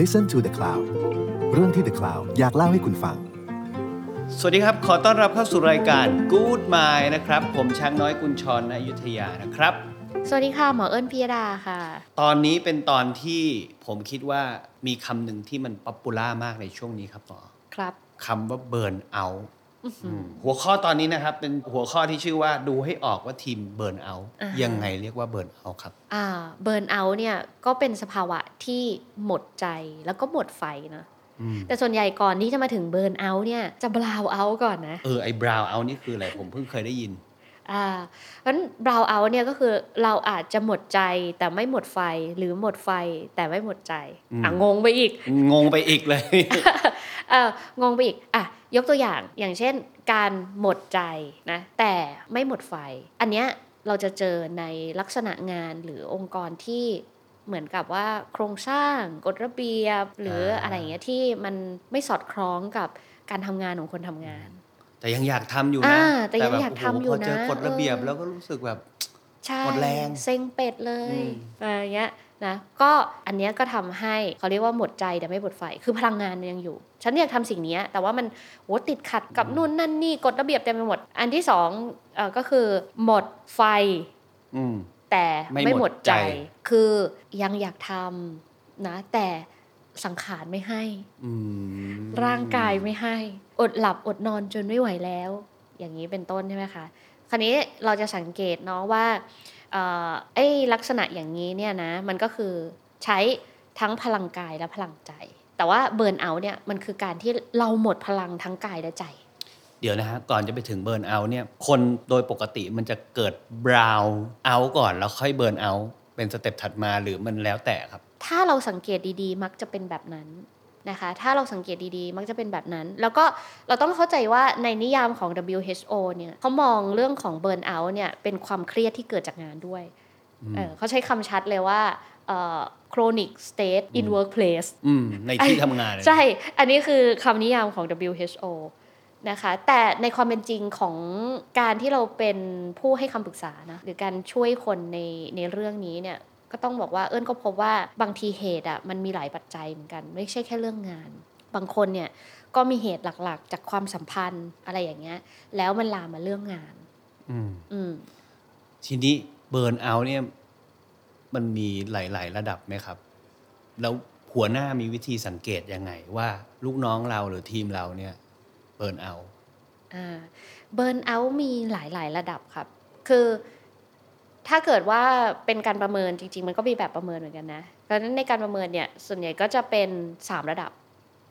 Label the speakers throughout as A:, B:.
A: Listen to the Cloud เรื่องที่ The Cloud อยากเล่าให้คุณฟัง
B: สวัสดีครับ ขอต้อนรับเข้าสู่รายการ Good Mind นะครับ ผมช้างน้อยกุญชรณอยุธยานะครับ
C: สวัสดีค่ะ หมอเอิญพิยดาค่ะ
B: ตอนนี้เป็นตอนที่ผมคิดว่ามีคำหนึ่งที่มันป๊อปปูล่ามากในช่วงนี้ครับหมอ
C: ครับ
B: คำว่าเบิร์นเอาหัวข้อตอนนี้นะครับ เป็นหัวข้อที่ชื่อว่าดูให้ออกว่าทีมเบิร์นเอา
C: อ่าฮะ
B: ยังไงเรียกว่าเบิร์นเอาครับ
C: อ่าเบิร์นเอาเนี่ยก็เป็นสภาวะที่หมดใจแล้วก็หมดไฟนะ
B: อืม
C: แต่ส่วนใหญ่ก่อนที่จะมาถึงเบิร์นเอาเนี่ยจะบลาวเอาก่อนนะ
B: เออไอ้บราวเอานี่คืออะไรผมเพิ่งเคยได้ยิน
C: อ่าเพราะฉะนั้นบลาวเอาเนี่ยก็คือเราอาจจะหมดใจแต่ไม่หมดไฟหรือหมดไฟแต่ไม่หมดใจ
B: อืม
C: อ่ะงงไปอีก
B: งงไปอีกเลย
C: เอองงไปอีก อ่ะ ยกตัวอย่าง อย่างเช่น การหมดใจนะ แต่ไม่หมดไฟ อันเนี้ยเราจะเจอในลักษณะงานหรือองค์กรที่เหมือนกับว่าโครงสร้างกฎระเบียบ หรือ
B: อ่า
C: อะไรอย่างเงี้ยที่มันไม่สอดคล้องกับการทำงานของคนทำงาน
B: แต่ยังอยากทำอยู่
C: อ่า
B: นะ
C: แต่ยัง
B: บบ
C: อยาก
B: โโห
C: ทำอยู่
B: พอเจอ
C: นะ
B: กฎระเบียบ
C: เออ
B: แล้วก็รู้สึกแบบ
C: ใช่
B: หมดแรง
C: เซ็งเป็ดเลย
B: อืม
C: อะไรเงี้ยนะก็อันเนี้ยก็ทำให้เขาเรียกว่าหมดใจแต่ไม่หมดไฟคือพลังงานมันยังอยู่ ฉันอยากทำสิ่งเนี้ยแต่ว่ามันโหติดขัดกับนู่นนั่นนี่กฎระเบียบเต็มไปหมด อันที่สองเอ่อก็คือหมดไฟ
B: อืม
C: แต่
B: ไม่
C: ไม่
B: ห
C: ห
B: ม
C: ม
B: ด
C: ด
B: ใจ
C: ใจ คือยังอยากทำนะแต่สังขารไม่ให้
B: อืม
C: ร่างกายไม่ให้ อดหลับอดนอนจนไม่ไหวแล้ว อย่างนี้เป็นต้นใช่ไหมคะ คราวนี้เราจะสังเกตเนาะว่าเอ่อไอ้ลักษณะอย่างนี้เนี่ยนะ มันก็คือใช้ทั้งพลังกายและพลังใจ แต่ว่าเบิร์นเอาท์เนี่ยมันคือการที่เราหมดพลังทั้งกายและใจ
B: เดี๋ยวนะฮะก่อนจะไปถึงเบิร์นเอาท์เนี่ย คนโดยปกติมันจะเกิดบราวน์เอาท์ก่อนแล้วค่อยเบิร์นเอาท์เป็นสเต็ปถัดมาหรือมันแล้วแต่ครับ
C: ถ้าเราสังเกตดีๆ มักจะเป็นแบบนั้นนะคะ ถ้าเราสังเกตดีๆ มักจะเป็นแบบนั้น แล้วก็เราต้องเข้าใจว่าในนิยามของ WHO เนี่ยเขามองเรื่องของเบิร์นเอาท์เนี่ยเป็นความเครียดที่เกิดจากงานด้วย
B: อืม
C: เออเขาใช้คำชัดเลยว่าเอ่อ chronic state in workplace
B: อืม ในที่ทำงานเลย
C: ใช่ อันนี้คือคำนิยามของ WHO นะคะ แต่ในความเป็นจริงของการที่เราเป็นผู้ให้คำปรึกษานะ หรือการช่วยคนในในเรื่องนี้เนี่ย ก็ต้องบอกว่าเอิญก็พบว่าบางทีเหตุอ่ะมันมีหลายปัจจัยเหมือนกัน ไม่ใช่แค่เรื่องงาน บางคนเนี่ยก็มีเหตุหลักๆ จากความสัมพันธ์อะไรอย่างเงี้ย แล้วมันลามมาเรื่องงาน
B: อืม
C: อืม
B: ทีนี้เบิร์นเอาท์เนี่ย มันมีหลาย ๆ ระดับไหมครับ แล้วหัวหน้ามีวิธีสังเกตยังไง ว่าลูกน้องเราหรือทีมเราเนี่ย เบิร์นเอาท์
C: เบิร์นเอามีหลาย ๆ ระดับครับ คือถ้าเกิดว่าเป็นการประเมินจริง ๆ มันก็มีแบบประเมินเหมือนกันนะดังนั้นในการประเมินเนี่ยส่วนใหญ่ก็จะเป็น 3 ระดับ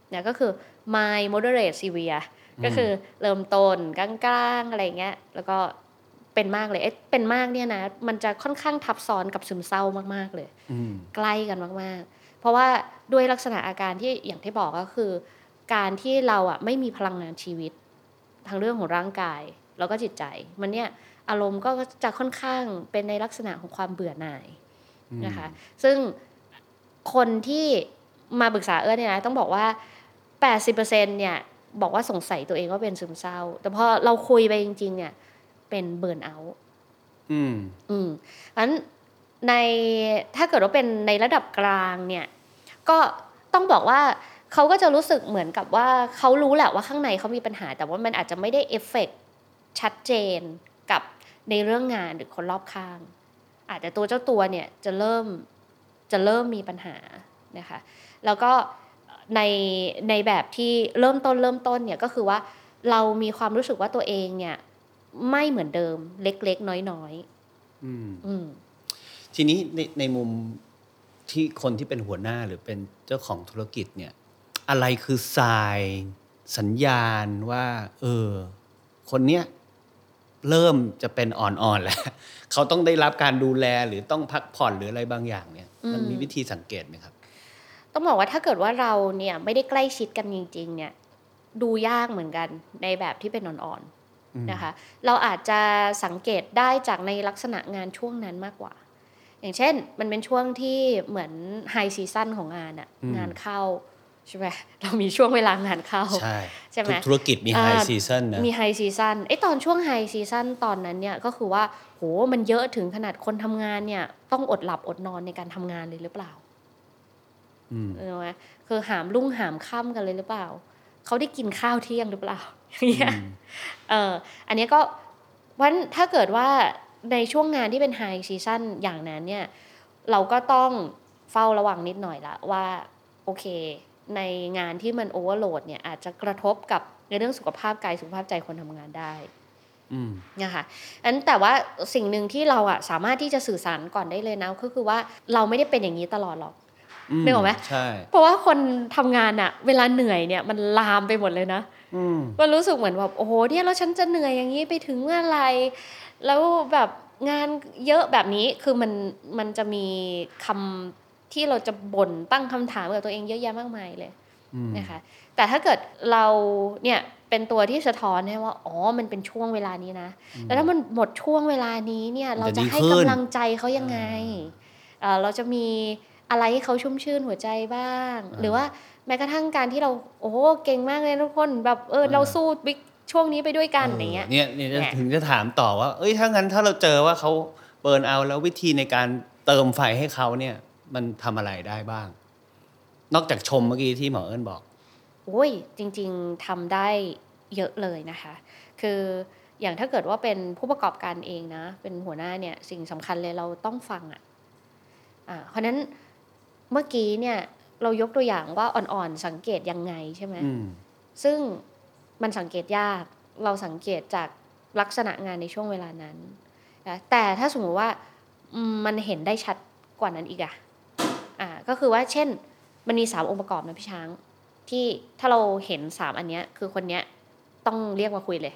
C: เนี่ยก็คือ mild moderate severe ก็คือเริ่มต้นกลางๆอะไรเงี้ยแล้วก็เป็นมากเลยเอ๊ะเป็นมากเนี่ยนะ มันจะค่อนข้างทับซ้อนกับซึมเศร้ามาก ๆ เลย
B: อืม
C: ใกล้กันมาก ๆ เพราะว่าด้วยลักษณะอาการที่อย่างที่บอกก็คือ การที่เราอ่ะไม่มีพลังงานชีวิตทางเรื่องของร่างกาย แล้วก็จิตใจ มันเนี่ยอารมณ์ก็จะค่อนข้างเป็นในลักษณะของความเบื่อหน่ายนะคะ ซึ่งคนที่มาปรึกษาเอิร์ธเนี่ยนะต้องบอกว่า 80%เนี่ยบอกว่าสงสัยตัวเองว่าเป็นซึมเศร้า แต่พอเราคุยไปจริง ๆ เนี่ยเป็นเบิร์นเอา
B: อืม
C: อืมงั้นในถ้าเกิดว่าเป็นในระดับกลางเนี่ยก็ต้องบอกว่าเขาก็จะรู้สึกเหมือนกับว่าเขารู้แหละว่าข้างในเขามีปัญหา แต่ว่ามันอาจจะไม่ได้เอฟเฟกต์ชัดเจนกับในเรื่องงานหรือคนรอบข้าง อาจจะตัวเจ้าตัวเนี่ยจะเริ่มจะเริ่มมีปัญหานะคะแล้วก็ในในแบบที่เริ่มต้นเริ่มต้นเนี่ยก็คือว่าเรามีความรู้สึกว่าตัวเองเนี่ยไม่เหมือนเดิมเล็กๆ น้อยๆ
B: อืม
C: อืม
B: ทีนี้ในในมุมที่คนที่เป็นหัวหน้าหรือเป็นเจ้าของธุรกิจเนี่ย อะไรคือสายสัญญาณว่า เออ คนเนี้ยเริ่มจะเป็นอ่อนๆแล้ว เขาต้องได้รับการดูแลหรือต้องพักผ่อนหรืออะไรบางอย่างเนี่ย มันมีวิธีสังเกตไหมครับ
C: ต้องบอกว่าถ้าเกิดว่าเราเนี่ยไม่ได้ใกล้ชิดกันจริง ๆ เนี่ย ดูยากเหมือนกันในแบบที่เป็นอ่อน
B: อืม
C: ๆนะคะ เราอาจจะสังเกตได้จากในลักษณะงานช่วงนั้นมากกว่า อย่างเช่น มันเป็นช่วงที่เหมือนไฮซีซั่นของงานอะ
B: อืม
C: งานเข้าใช่ไหมเรามีช่วงเวลางานเข้า
B: ใช่
C: ใช่ไหม
B: ทุกธุรกิจมีไฮ
C: อ่า
B: ซีซันนะ
C: มีไฮซีซันไอยตอนช่วงไฮซีซันตอนนั้นเนี่ยก็คือว่า โห มันเยอะถึงขนาดคนทำงานเนี่ย ต้องอดหลับอดนอนในการทำงานเลยหรือเปล่า
B: อืม
C: เออไหมคือหามรุ่งหามค่ำกันเลยหรือเปล่า เขาได้กินข้าวเที่ยงหรือเปล่าอย่างเงี้ยเอออันเนี้ยก็วันถ้าเกิดว่าในช่วงงานที่เป็นไฮซีซั่นอย่างนั้นเนี่ย เราก็ต้องเฝ้าระวังนิดหน่อยละว่าโอเค ในงานที่มันโอเวอร์โหลดเนี่ยอาจจะกระทบกับในเรื่องสุขภาพกายสุขภาพใจคนทำงานได้
B: อืม
C: นะคะอันแต่ว่าสิ่งหนึ่งที่เราอะสามารถที่จะสื่อสารก่อนได้เลยนะก็คือว่าเราไม่ได้เป็นอย่างนี้ตลอดหรอก นึกออกไหม
B: ใช่
C: เพราะว่าคนทำงานอะเวลาเหนื่อยเนี่ยมันลามไปหมดเลยนะ
B: อืม
C: มันรู้สึกเหมือนแบบโอ้โหเนี่ยแล้วฉันจะเหนื่อยอย่างนี้ไปถึงเมื่อไหรแล้วแบบงานเยอะแบบนี้คือมันมันจะมีคำที่เราจะบ่นตั้งคำถามกับตัวเองเยอะแยะมากมายเลย
B: อืม
C: นะคะแต่ถ้าเกิดเราเนี่ยเป็นตัวที่สะท้อนให้ว่าอ๋อมันเป็นช่วงเวลานี้นะ แล้วถ้ามันหมดช่วงเวลานี้เนี่ย
B: มั
C: เรา
B: นจะ
C: จะ
B: ดี
C: ให้
B: ขึ้น
C: กำลังใจเขายังไงเอ่อเราจะมีอะไรให้เขาชุ่มชื่นหัวใจบ้าง หรือว่าแม้กระทั่งการที่เราโอ้โหเก่งมากเลยทุกคนแบบเออเราสู้วิกช่วงนี้ไปด้วยกันอย่างเงี้ย
B: เนี่ยเนี่ยจะ
C: เนี่ย
B: ถึงจะถามต่อว่า เอ้ยถ้างั้นถ้าเราเจอว่าเขาเบิร์นเอาท์แล้ววิธีในการเติมไฟให้เขาเนี่ย มันทำอะไรได้บ้าง นอกจากชมเมื่อกี้ที่หมอเอิญบอก
C: โอ้ยจริงๆทำได้เยอะเลยนะคะ คืออย่างถ้าเกิดว่าเป็นผู้ประกอบการเองนะ เป็นหัวหน้าเนี่ยสิ่งสำคัญเลยเราต้องฟังอะอ่ะเพราะฉะนั้นเมื่อกี้เนี่ยเรายกตัวอย่างว่าอ่อนๆสังเกตยังไงใช่ไหม
B: อืม
C: ซึ่งมันสังเกตยาก เราสังเกตจากลักษณะงานในช่วงเวลานั้นนะแต่ถ้าสมมติว่าอืมมันเห็นได้ชัดกว่านั้นอีกอะอ่า ก็คือว่าเช่น มันมีสามองค์ประกอบนะพี่ช้าง ที่ถ้าเราเห็นสามอันเนี้ย คือคนเนี้ยต้องเรียกมาคุยเลย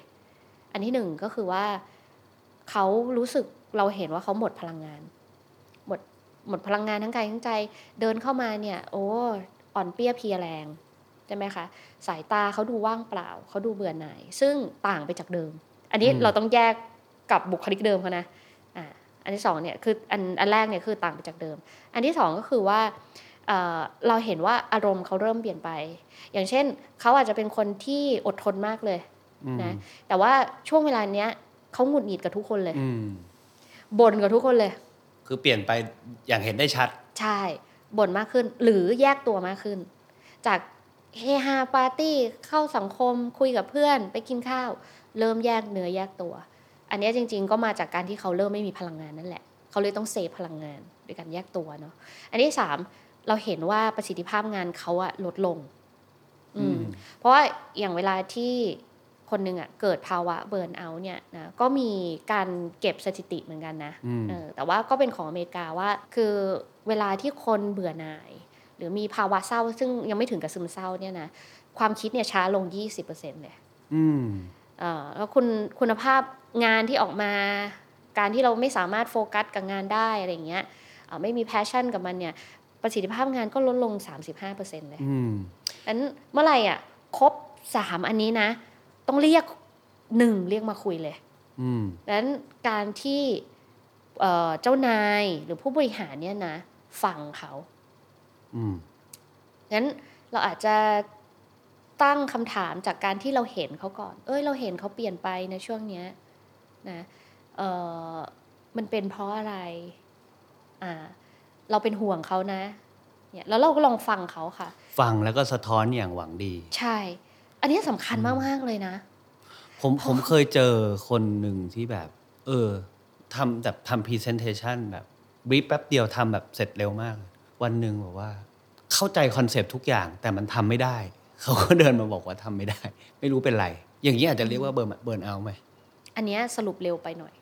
C: อันที่หนึ่งก็คือว่าเขารู้สึกเราเห็นว่าเขาหมดพลังงาน หมดหมดพลังงานทั้งกายทั้งใจ เดินเข้ามาเนี่ย โอ้อ่อนเปรี้ยเพลียแรงใช่ไหมคะ สายตาเขาดูว่างเปล่า เขาดูเบื่อหน่าย ซึ่งต่างไปจากเดิม อันนี้
B: อืม
C: เราต้องแยกกับบุคลิกเดิมเขานะอ่าอันที่สองเนี่ยคืออันอันแรกเนี่ยคือต่างไปจากเดิม อันที่สองก็คือว่าเอ่อเราเห็นว่าอารมณ์เขาเริ่มเปลี่ยนไป อย่างเช่นเขาอาจจะเป็นคนที่อดทนมากเลย
B: อืม
C: นะ แต่ว่าช่วงเวลาเนี้ยเขาหงุดหงิดกับทุกคนเลย
B: อืม
C: บ่นกับทุกคนเลย
B: คือเปลี่ยนไปอย่างเห็นได้ชัด
C: ใช่บ่นมากขึ้น หรือแยกตัวมากขึ้น จากเฮฮาปาร์ตี้เข้าสังคมคุยกับเพื่อน ไปกินข้าว เริ่มแยกเนื้อแยกตัว อันเนี้ยจริง ๆ ก็มาจากการที่เขาเริ่มไม่มีพลังงานนั่นแหละ เขาเลยต้องเซฟพลังงานโดยการแยกตัวเนาะอันที่สามเราเห็นว่าประสิทธิภาพงานเขาอะลดลง อืม
B: อืม
C: เพราะว่าอย่างเวลาที่คนหนึ่งอะเกิดภาวะเบิร์นเอาท์เนี่ยนะก็มีการเก็บสถิติเหมือนกันนะ
B: อืม
C: เออแต่ว่าก็เป็นของอเมริกาว่าคือเวลาที่คนเบื่อหน่าย หรือมีภาวะเศร้า ซึ่งยังไม่ถึงกับซึมเศร้าเนี่ยนะความคิดเนี่ยช้าลง 20%เลย
B: อืม
C: เออแล้วคุณคุณภาพงานที่ออกมา การที่เราไม่สามารถโฟกัสกับงานได้อะไรอย่างเงี้ยเอ่อไม่มีแพชชั่นกับมันเนี่ยประสิทธิภาพงานก็ลดลง 35%เลย
B: อืม
C: งั้นเมื่อไหร่อ่ะครบ 3 อันนี้นะ ต้องเรียกหนึ่งเรียกมาคุยเลย
B: อืม
C: ดังนั้นการที่เอ่อเจ้านายหรือผู้บริหารเนี่ยนะฟังเขา
B: อืม
C: งั้นเราอาจจะตั้งคำถามจากการที่เราเห็นเขาก่อน เอ้ยเราเห็นเขาเปลี่ยนไปนะช่วงเนี้ยนะเออมันเป็นเพราะอะไรอ่าเราเป็นห่วงเขานะเนี่ยแล้วเราก็ลองฟังเขาค่ะ
B: ฟังแล้วก็สะท้อนอย่างหวังดี
C: ใช่ อันนี้สำคัญมาก ๆ เลยนะ
B: ผมผมเคยเจอคนหนึ่งที่แบบ เออทำแบบทำพรีเซนเทชันแบบบีบแป๊บเดียวทำแบบเสร็จเร็วมาก วันหนึ่งบอกว่า เข้าใจคอนเซปต์ทุกอย่างแต่มันทำไม่ได้ เขาก็เดินมาบอกว่าทำไม่ได้ ไม่รู้เป็นไร อย่างนี้อาจจะเรียกว่าเบิร์นเบิร์นเอาไหม
C: อันเนี้ยสรุปเร็วไปหน่อย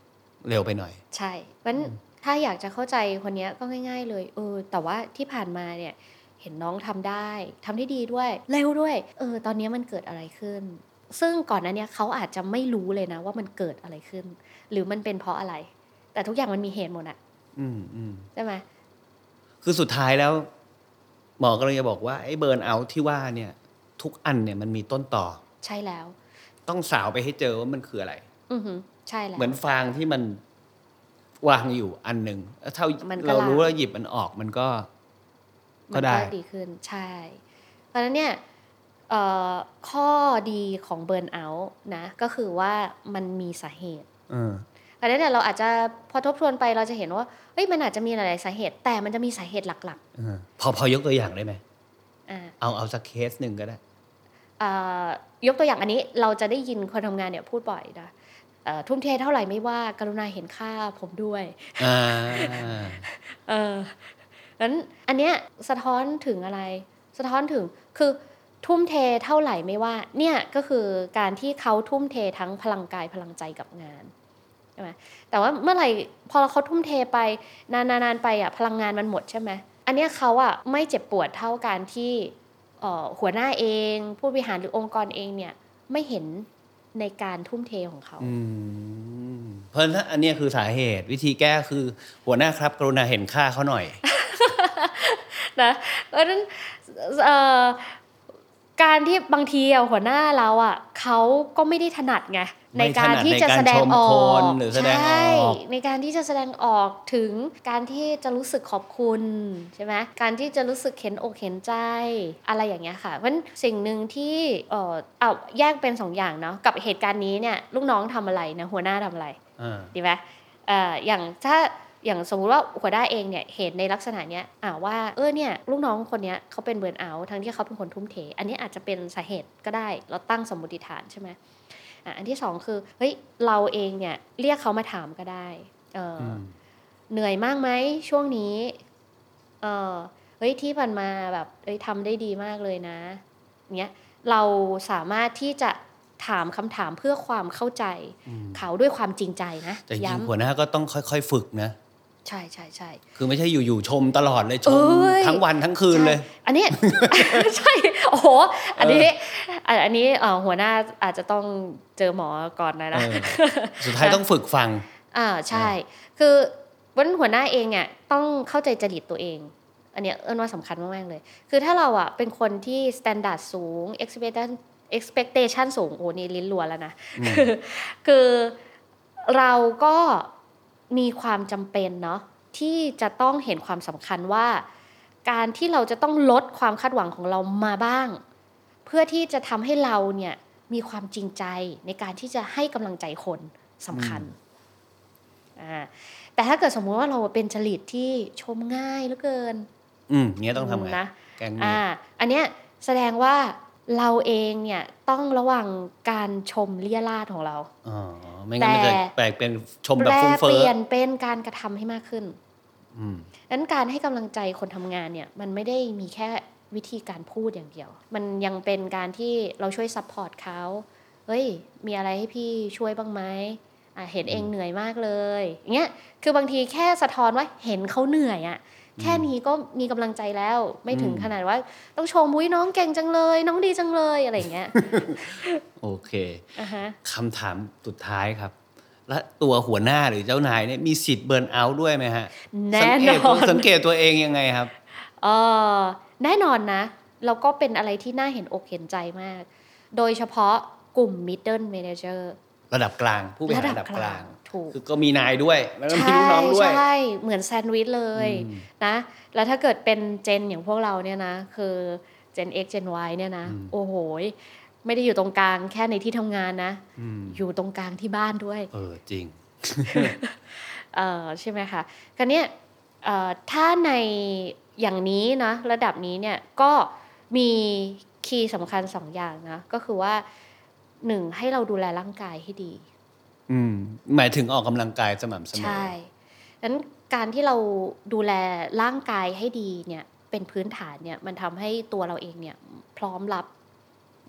B: เร็วไปหน่อย
C: ใช่เพราะฉะนั้นถ้าอยากจะเข้าใจคนเนี้ยก็ง่าย ๆ เลย เออ แต่ว่าที่ผ่านมาเนี่ย เห็นน้องทำได้ทำได้ดีด้วย เร็วด้วย เออ ตอนเนี้ยมันเกิดอะไรขึ้น ซึ่งก่อนหนั้นเนี่ยเขาอาจจะไม่รู้เลยนะว่ามันเกิดอะไรขึ้น หรือมันเป็นเพราะอะไร แต่ทุกอย่างมันมีเหตุหมดอะ
B: อืมอืม
C: ใช่ไหม
B: คือสุดท้ายแล้ว หมอกำลังจะบอกว่าไอ้เบิร์นเอาที่ว่าเนี่ย ทุกอันเนี่ยมันมีต้นต่อ
C: ใช่แล้ว
B: ต้องสาวไปให้เจอว่ามันคืออะไร
C: อือหือใช่แล้ว
B: เหมือนฟางที่มันวางอยู่อันหนึ่งถ้า
C: มันก็
B: เรารู้
C: ลาม
B: แล้วหยิบมันออกมันก็
C: มั
B: ก็
C: น
B: ได้
C: ก็ดีขึ้นใช่ เพราะฉะนั้นเนี่ยเอ่อข้อดีของเบิร์นเอาท์นะ ก็คือว่ามันมีสาเหตุ
B: เออ
C: อันนั้นเนี่ยเราอาจจะพอทบทวนไปเราจะเห็นว่าเอ้ยมันอาจจะมีหลายๆสาเหตุ แต่มันจะมีสาเหตุหลัก
B: เออ พอพอยกตัวอย่างได้ไหม
C: ๆ
B: เอาเอาสักเคสหนึ่งก็ได้
C: เอ่อยกตัวอย่างอันนี้เราจะได้ยินคนทำงานเนี่ยพูดบ่อยนะเอ่อทุ่มเทเท่าไหร่ไม่ว่ากรุณาเห็นค่าผมด้วย
B: อ่ า
C: เออนั้นอันเนี้ยสะท้อนถึงอะไร สะท้อนถึงคือทุ่มเทเท่าไหร่ไม่ว่า เนี่ยก็คือการที่เขาทุ่มเททั้งพลังกายพลังใจกับงานใช่ไหมแต่ว่าเมื่อไหร่พอเขาทุ่มเทไปนานๆๆไปอ่ะพลังงานมันหมดใช่ไหมอันเนี้ยเขาอ่ะไม่เจ็บปวดเท่าการที่เอ่อหัวหน้าเอง ผู้บริหารหรือองค์กรเองเนี่ยไม่เห็นในการทุ่มเทของเขา
B: อืม เพราะฉะนั้นอันเนี้ยคือสาเหตุวิธีแก้คือหัวหน้าครับ กรุณาเห็นค่าเขาหน่อย
C: นะเพราะฉะนั้นเอ่อการที่บางทีอะหัวหน้าเราอ่ะเขาก็ไม่ได้ถนัดไงใน
B: ไม่ถ
C: การ
B: นัด
C: ที่จะ
B: ในการ
C: แสดงออ
B: ชมค
C: ก
B: นหรือแสดงออก
C: ใช่ในการที่จะแสดงออกถึงการที่จะรู้สึกขอบคุณใช่ไหมการที่จะรู้สึกเห็นอกเห็นใจอะไรอย่างเงี้ยค่ะเพราะฉะนั้นสิ่งหนึ่งที่เอ่อเอาแยกเป็นสองอย่างเนาะกับเหตุการณ์นี้เนี่ยลูกน้องทำอะไรนะหัวหน้าทำอะไร
B: อ่า
C: ดีไหมเอ่ออย่างถ้าอย่างสมมติว่าหัวหน้าเองเนี่ยเห็นในลักษณะเนี้ยอ่าว่าเออเนี่ยลูกน้องคนเนี้ยเขาเป็นเบิร์นเอาท์ทั้งที่เขาเป็นคนทุ่มเท อันนี้อาจจะเป็นสาเหตุก็ได้ เราตั้งสมมติฐานใช่ไหมอ่ะอันที่สองคือเฮ้ยเราเองเนี่ยเรียกเขามาถามก็ได้เอออ
B: ม
C: เหนื่อยมากไหมช่วงนี้เออเฮ้ยที่ผ่านมาแบบเอ้ยทำได้ดีมากเลยนะเนี้ยเราสามารถที่จะถามคำถามเพื่อความเข้าใจเขาด้วยความจริงใจนะ
B: แต่จริง
C: ย้ำ
B: ๆหัวหน้าก็ต้องค่อยๆ ฝึกนะ
C: ใช่ใช่ใช่
B: คือไม่ใช่อยู่ๆชมตลอดเลยชม
C: เอ้ย
B: ทั้งวันทั้งคืนเลย
C: ใช่อันนี้ ใช่ โอ้โห อันนี้อันอันนี้เอ่อหัวหน้าอาจจะต้องเจอหมอก่อนนะนะ
B: เออ สุดท้ายต้องฝึกฟัง
C: อ่าใช่ คือวันหัวหน้าเองเนี่ยต้องเข้าใจจริตตัวเอง อันเนี้ยเอิ้นว่าสำคัญมากๆเลย คือถ้าเราอ่ะเป็นคนที่ standard สูง expectation expectation สูง โอ้นี่ลิ้นลัวแล้วนะ คือ คือเราก็มีความจำเป็นเนาะที่จะต้องเห็นความสำคัญว่า การที่เราจะต้องลดความคาดหวังของเรามาบ้าง เพื่อที่จะทำให้เราเนี่ยมีความจริงใจในการที่จะให้กำลังใจคนสำคัญ อ่าแต่ถ้าเกิดสมมุติว่าเราเป็นจริตที่ชมง่ายเหลือเกิน
B: อืมเงี้ยต้องทำไง
C: นะ
B: แกงนี้
C: อ่าอันเนี้ยแสดงว่าเราเองเนี่ยต้องระวังการชมเลี่ยราดของเรา
B: อ๋อไม่งั้นมัน
C: แต่
B: จะแปลกเป็นชม
C: แป
B: แบบ
C: ล
B: ฟุ้งเฟ้
C: เป
B: อ
C: ลี่ยนเป็นการกระทำให้มากขึ้น
B: อืม
C: นั้นการให้กำลังใจคนทำงานเนี่ยมันไม่ได้มีแค่วิธีการพูดอย่างเดียว มันยังเป็นการที่เราช่วยซัพพอร์ตเขาเฮ้ย มีอะไรให้พี่ช่วยบ้างไหมอ่ะเห็นเองเหนื่อยมากเลยอย่างเงี้ยคือบางทีแค่สะท้อนว่าเห็นเขาเหนื่อยอ่ะ แค่นี้ก็มีกำลังใจแล้วไม่ถึง
B: อืม
C: ขนาดว่า ต้องชมมุ้ยน้องเก่งจังเลย น้องดีจังเลยอะไรอย่างเงี้ย
B: โอเค
C: อ่ะฮะ
B: คำถามสุดท้ายครับ และตัวหัวหน้าหรือเจ้านายเนี่ยมีสิทธิ์เบิร์นเอาท์ด้วยไหมฮะ
C: แน่
B: สัง
C: น
B: เกตตัว
C: อ
B: น สังเกตตัวเองยังไงครับ
C: เออแน่นอนนะ แล้วก็เป็นอะไรที่น่าเห็นอกเห็นใจมาก โดยเฉพาะกลุ่ม middle manager
B: ระดับกลางผู้บริหารระดับกลาง
C: ถูก
B: คือก็มีนายด้วยแล้วก็มีลูกน้องด้วย
C: ใช่ใช่ เหมือนแซนด์วิชเลย
B: อืม
C: นะ แล้วถ้าเกิดเป็นเจนอย่างพวกเราเนี่ยนะ คือเจน X เจน Y เนี่ยนะ
B: อืม
C: โอ้โหยไม่ได้อยู่ตรงกลางแค่ในที่ทำงานนะ
B: อืม
C: อยู่ตรงกลางที่บ้านด้วย
B: เออจริง
C: เอ่อใช่ไหมคะคันนี้ยเอ่อถ้าในอย่างนี้นะระดับนี้เนี่ยก็มีคีย์สำคัญสองอย่างนะก็คือว่าหนึ่งให้เราดูแลร่างกายให้ดี
B: อืมหมายถึงออกกำลังกายสม่ำเสมอ
C: ใช่งั้นการที่เราดูแลร่างกายให้ดีเนี่ยเป็นพื้นฐานเนี่ยมันทำให้ตัวเราเองเนี่ยพร้อมรับ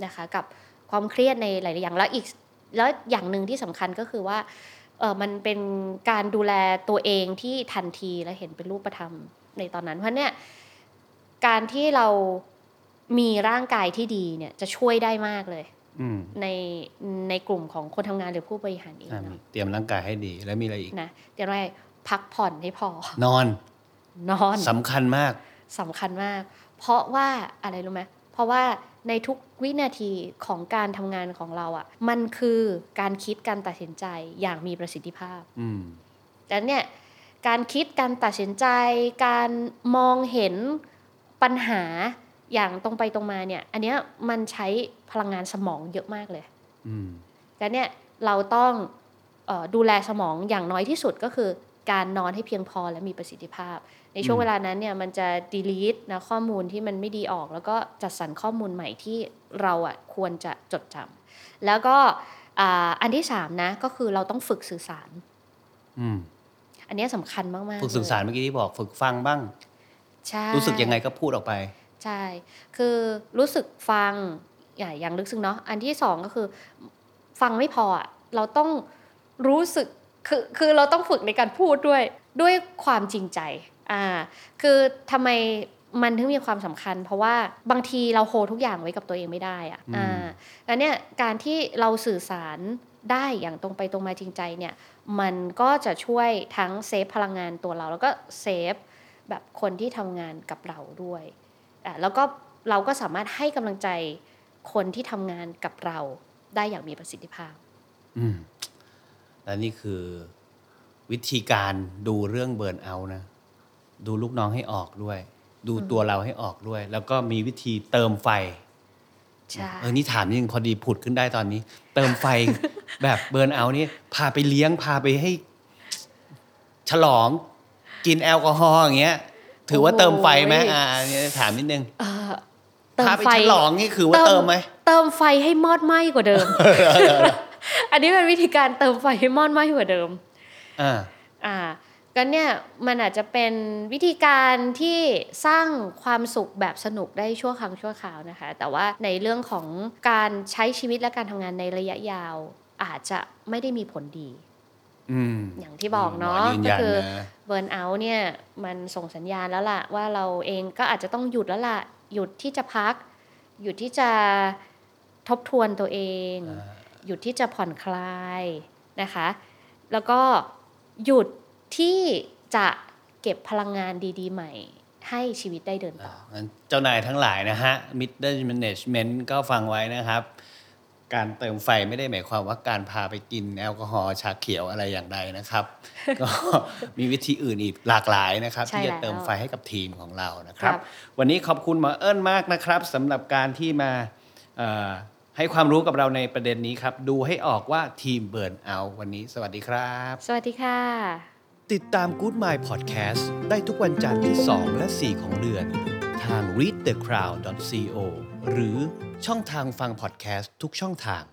C: นะคะกับความเครียดในหลาย ๆ อย่างแล้วอีกแล้วอย่างหนึ่งที่สำคัญก็คือว่าเออมันเป็นการดูแลตัวเองที่ทันทีและเห็นเป็นรูปธรรมในตอนนั้น เพราะเนี่ยการที่เรามีร่างกายที่ดีเนี่ยจะช่วยได้มากเลย
B: อืม
C: ในในกลุ่มของคนทำงานหรือผู้บริหารเอง
B: อ่ะ
C: เน
B: มี
C: อะ
B: เตรียมร่างกายให้ดีแล้วมีอะไรอีก
C: นะเดี๋ยวเราพักผ่อนให้พอ
B: นอน
C: นอน
B: สำคัญมาก
C: สำคัญมาก เพราะว่าอะไรรู้ไหมเพราะว่าในทุกวินาทีของการทำงานของเราอะ่ะมันคือการคิดการตัดสินใจอย่างมีประสิทธิภาพ
B: อืม
C: ดังนั้นเนี่ยการคิดการตัดสินใจ การมองเห็นปัญหาอย่างตรงไปตรงมาเนี่ยอันเนี้ยมันใช้พลังงานสมองเยอะมากเลย
B: อืม
C: ดังนั้นเนี่ยเราต้องเออดูแลสมองอย่างน้อยที่สุดก็คือ การนอนให้เพียงพอและมีประสิทธิภาพ ใน ในช่วง
B: อืม
C: เวลานั้นเนี่ยมันจะ delete นะข้อมูลที่มันไม่ดีออก แล้วก็จัดสรรข้อมูลใหม่ที่เราอ่ะควรจะจดจำแล้วก็อ่าอันที่สามนะก็คือเราต้องฝึกสื่อสาร
B: อืม
C: อันเนี้ยสำคัญมากๆ
B: ฝึกสื่อสาร
C: เลย
B: เมื่อกี้ที่บอกฝึกฟังบ้าง
C: ใช่
B: รู้สึกยังไงก็พูดออกไป
C: ใช่ คือรู้สึกฟังอย่าอย่างลึกซึ้งเนาะอันที่สองก็คือ ฟังไม่พออะเราต้องรู้สึกคือคือเราต้องฝึกในการพูดด้วยด้วยความจริงใจอ่าคือทำไมมันถึงมีความสำคัญ เพราะว่าบางทีเราโฮทุกอย่างไว้กับตัวเองไม่ได้อะ
B: อืม
C: อ่าแล้วเนี่ยการที่เราสื่อสารได้อย่างตรงไปตรงมาจริงใจเนี่ย มันก็จะช่วยทั้งเซฟพลังงานตัวเรา แล้วก็เซฟแบบคนที่ทำงานกับเราด้วยอ่าแล้วก็เราก็สามารถให้กำลังใจคนที่ทำงานกับเราได้อย่างมีประสิทธิภาพ
B: อืมและนี่คือวิธีการดูเรื่องเบิร์นเอาท์นะ ดูลูกน้องให้ออกด้วย ดูตัวเราให้ออกด้วย แล้วก็มีวิธีเติมไฟ
C: ใช่
B: เออ นี่ถามนี่พอดีผุดขึ้นได้ตอนนี้ เติมไฟ แบบเบิร์นเอาท์นี่พาไปเลี้ยงพาไปให้ ฉลอง กินแอลกอฮอล์อย่างเงี้ย ถือว่าเติมไฟไหมอ่าอันนี้ถามนิดนึง
C: เอ่อ
B: พาไปฉลองนี่คือว่าเติมไหม
C: เติมไฟให้มอดไหม้กว่าเดิ ม อันนี้เป็นวิธีการเติมไฟให้มอดไหม้กว่าเดิม
B: อ่า
C: อ่าก็เนี่ยมันอาจจะเป็นวิธีการที่สร้างความสุขแบบสนุกได้ชั่วครั้งชั่วคราวนะคะ แต่ว่าในเรื่องของการใช้ชีวิตและการทำงานในระยะยาว อาจจะไม่ได้มีผลดี
B: อืม
C: อย่างที่บอกเนาะ
B: หมยืน
C: ก็
B: ยัน
C: คือ
B: นะ
C: เบิร์นเอาท์เนี่ยมันส่งสัญญาณแล้วล่ะ ว่าเราเองก็อาจจะต้องหยุดแล้วล่ะ หยุดที่จะพัก หยุดที่จะทบทวนตัวเอง
B: อ่า
C: หยุดที่จะผ่อนคลายนะคะ แล้วก็หยุดที่จะเก็บพลังงานดีๆ ใหม่ ให้ชีวิตได้เดินต่อ
B: งั้นเจ้านายทั้งหลายนะฮะ middle management ก็ฟังไว้นะครับ การเติมไฟไม่ได้หมายความว่าการพาไปกินแอลกอฮอล์ชาเขียวอะไรอย่างใดนะครับ ก็มีวิธีอื่นอีกหลากหลายนะครับ
C: ใช่
B: ที่จะ
C: แล้ว
B: เติมไฟให้กับทีมของเรานะครับ
C: ครับ
B: วันนี้ขอบคุณหมอเอิญมากนะครับสำหรับการที่มาเอ่อให้ความรู้กับเราในประเด็นนี้ครับ ดูให้ออกว่าทีมเบิร์นเอาท์วันนี้ สวัสดีครับ
C: สวัสดีค่ะ
B: ติดตาม Good My Podcast ได้ทุกวันจันทร์ที่ 2 และ 4 ของเดือน ทาง readthecrowd.co หรือช่องทางฟัง podcast ทุกช่องทาง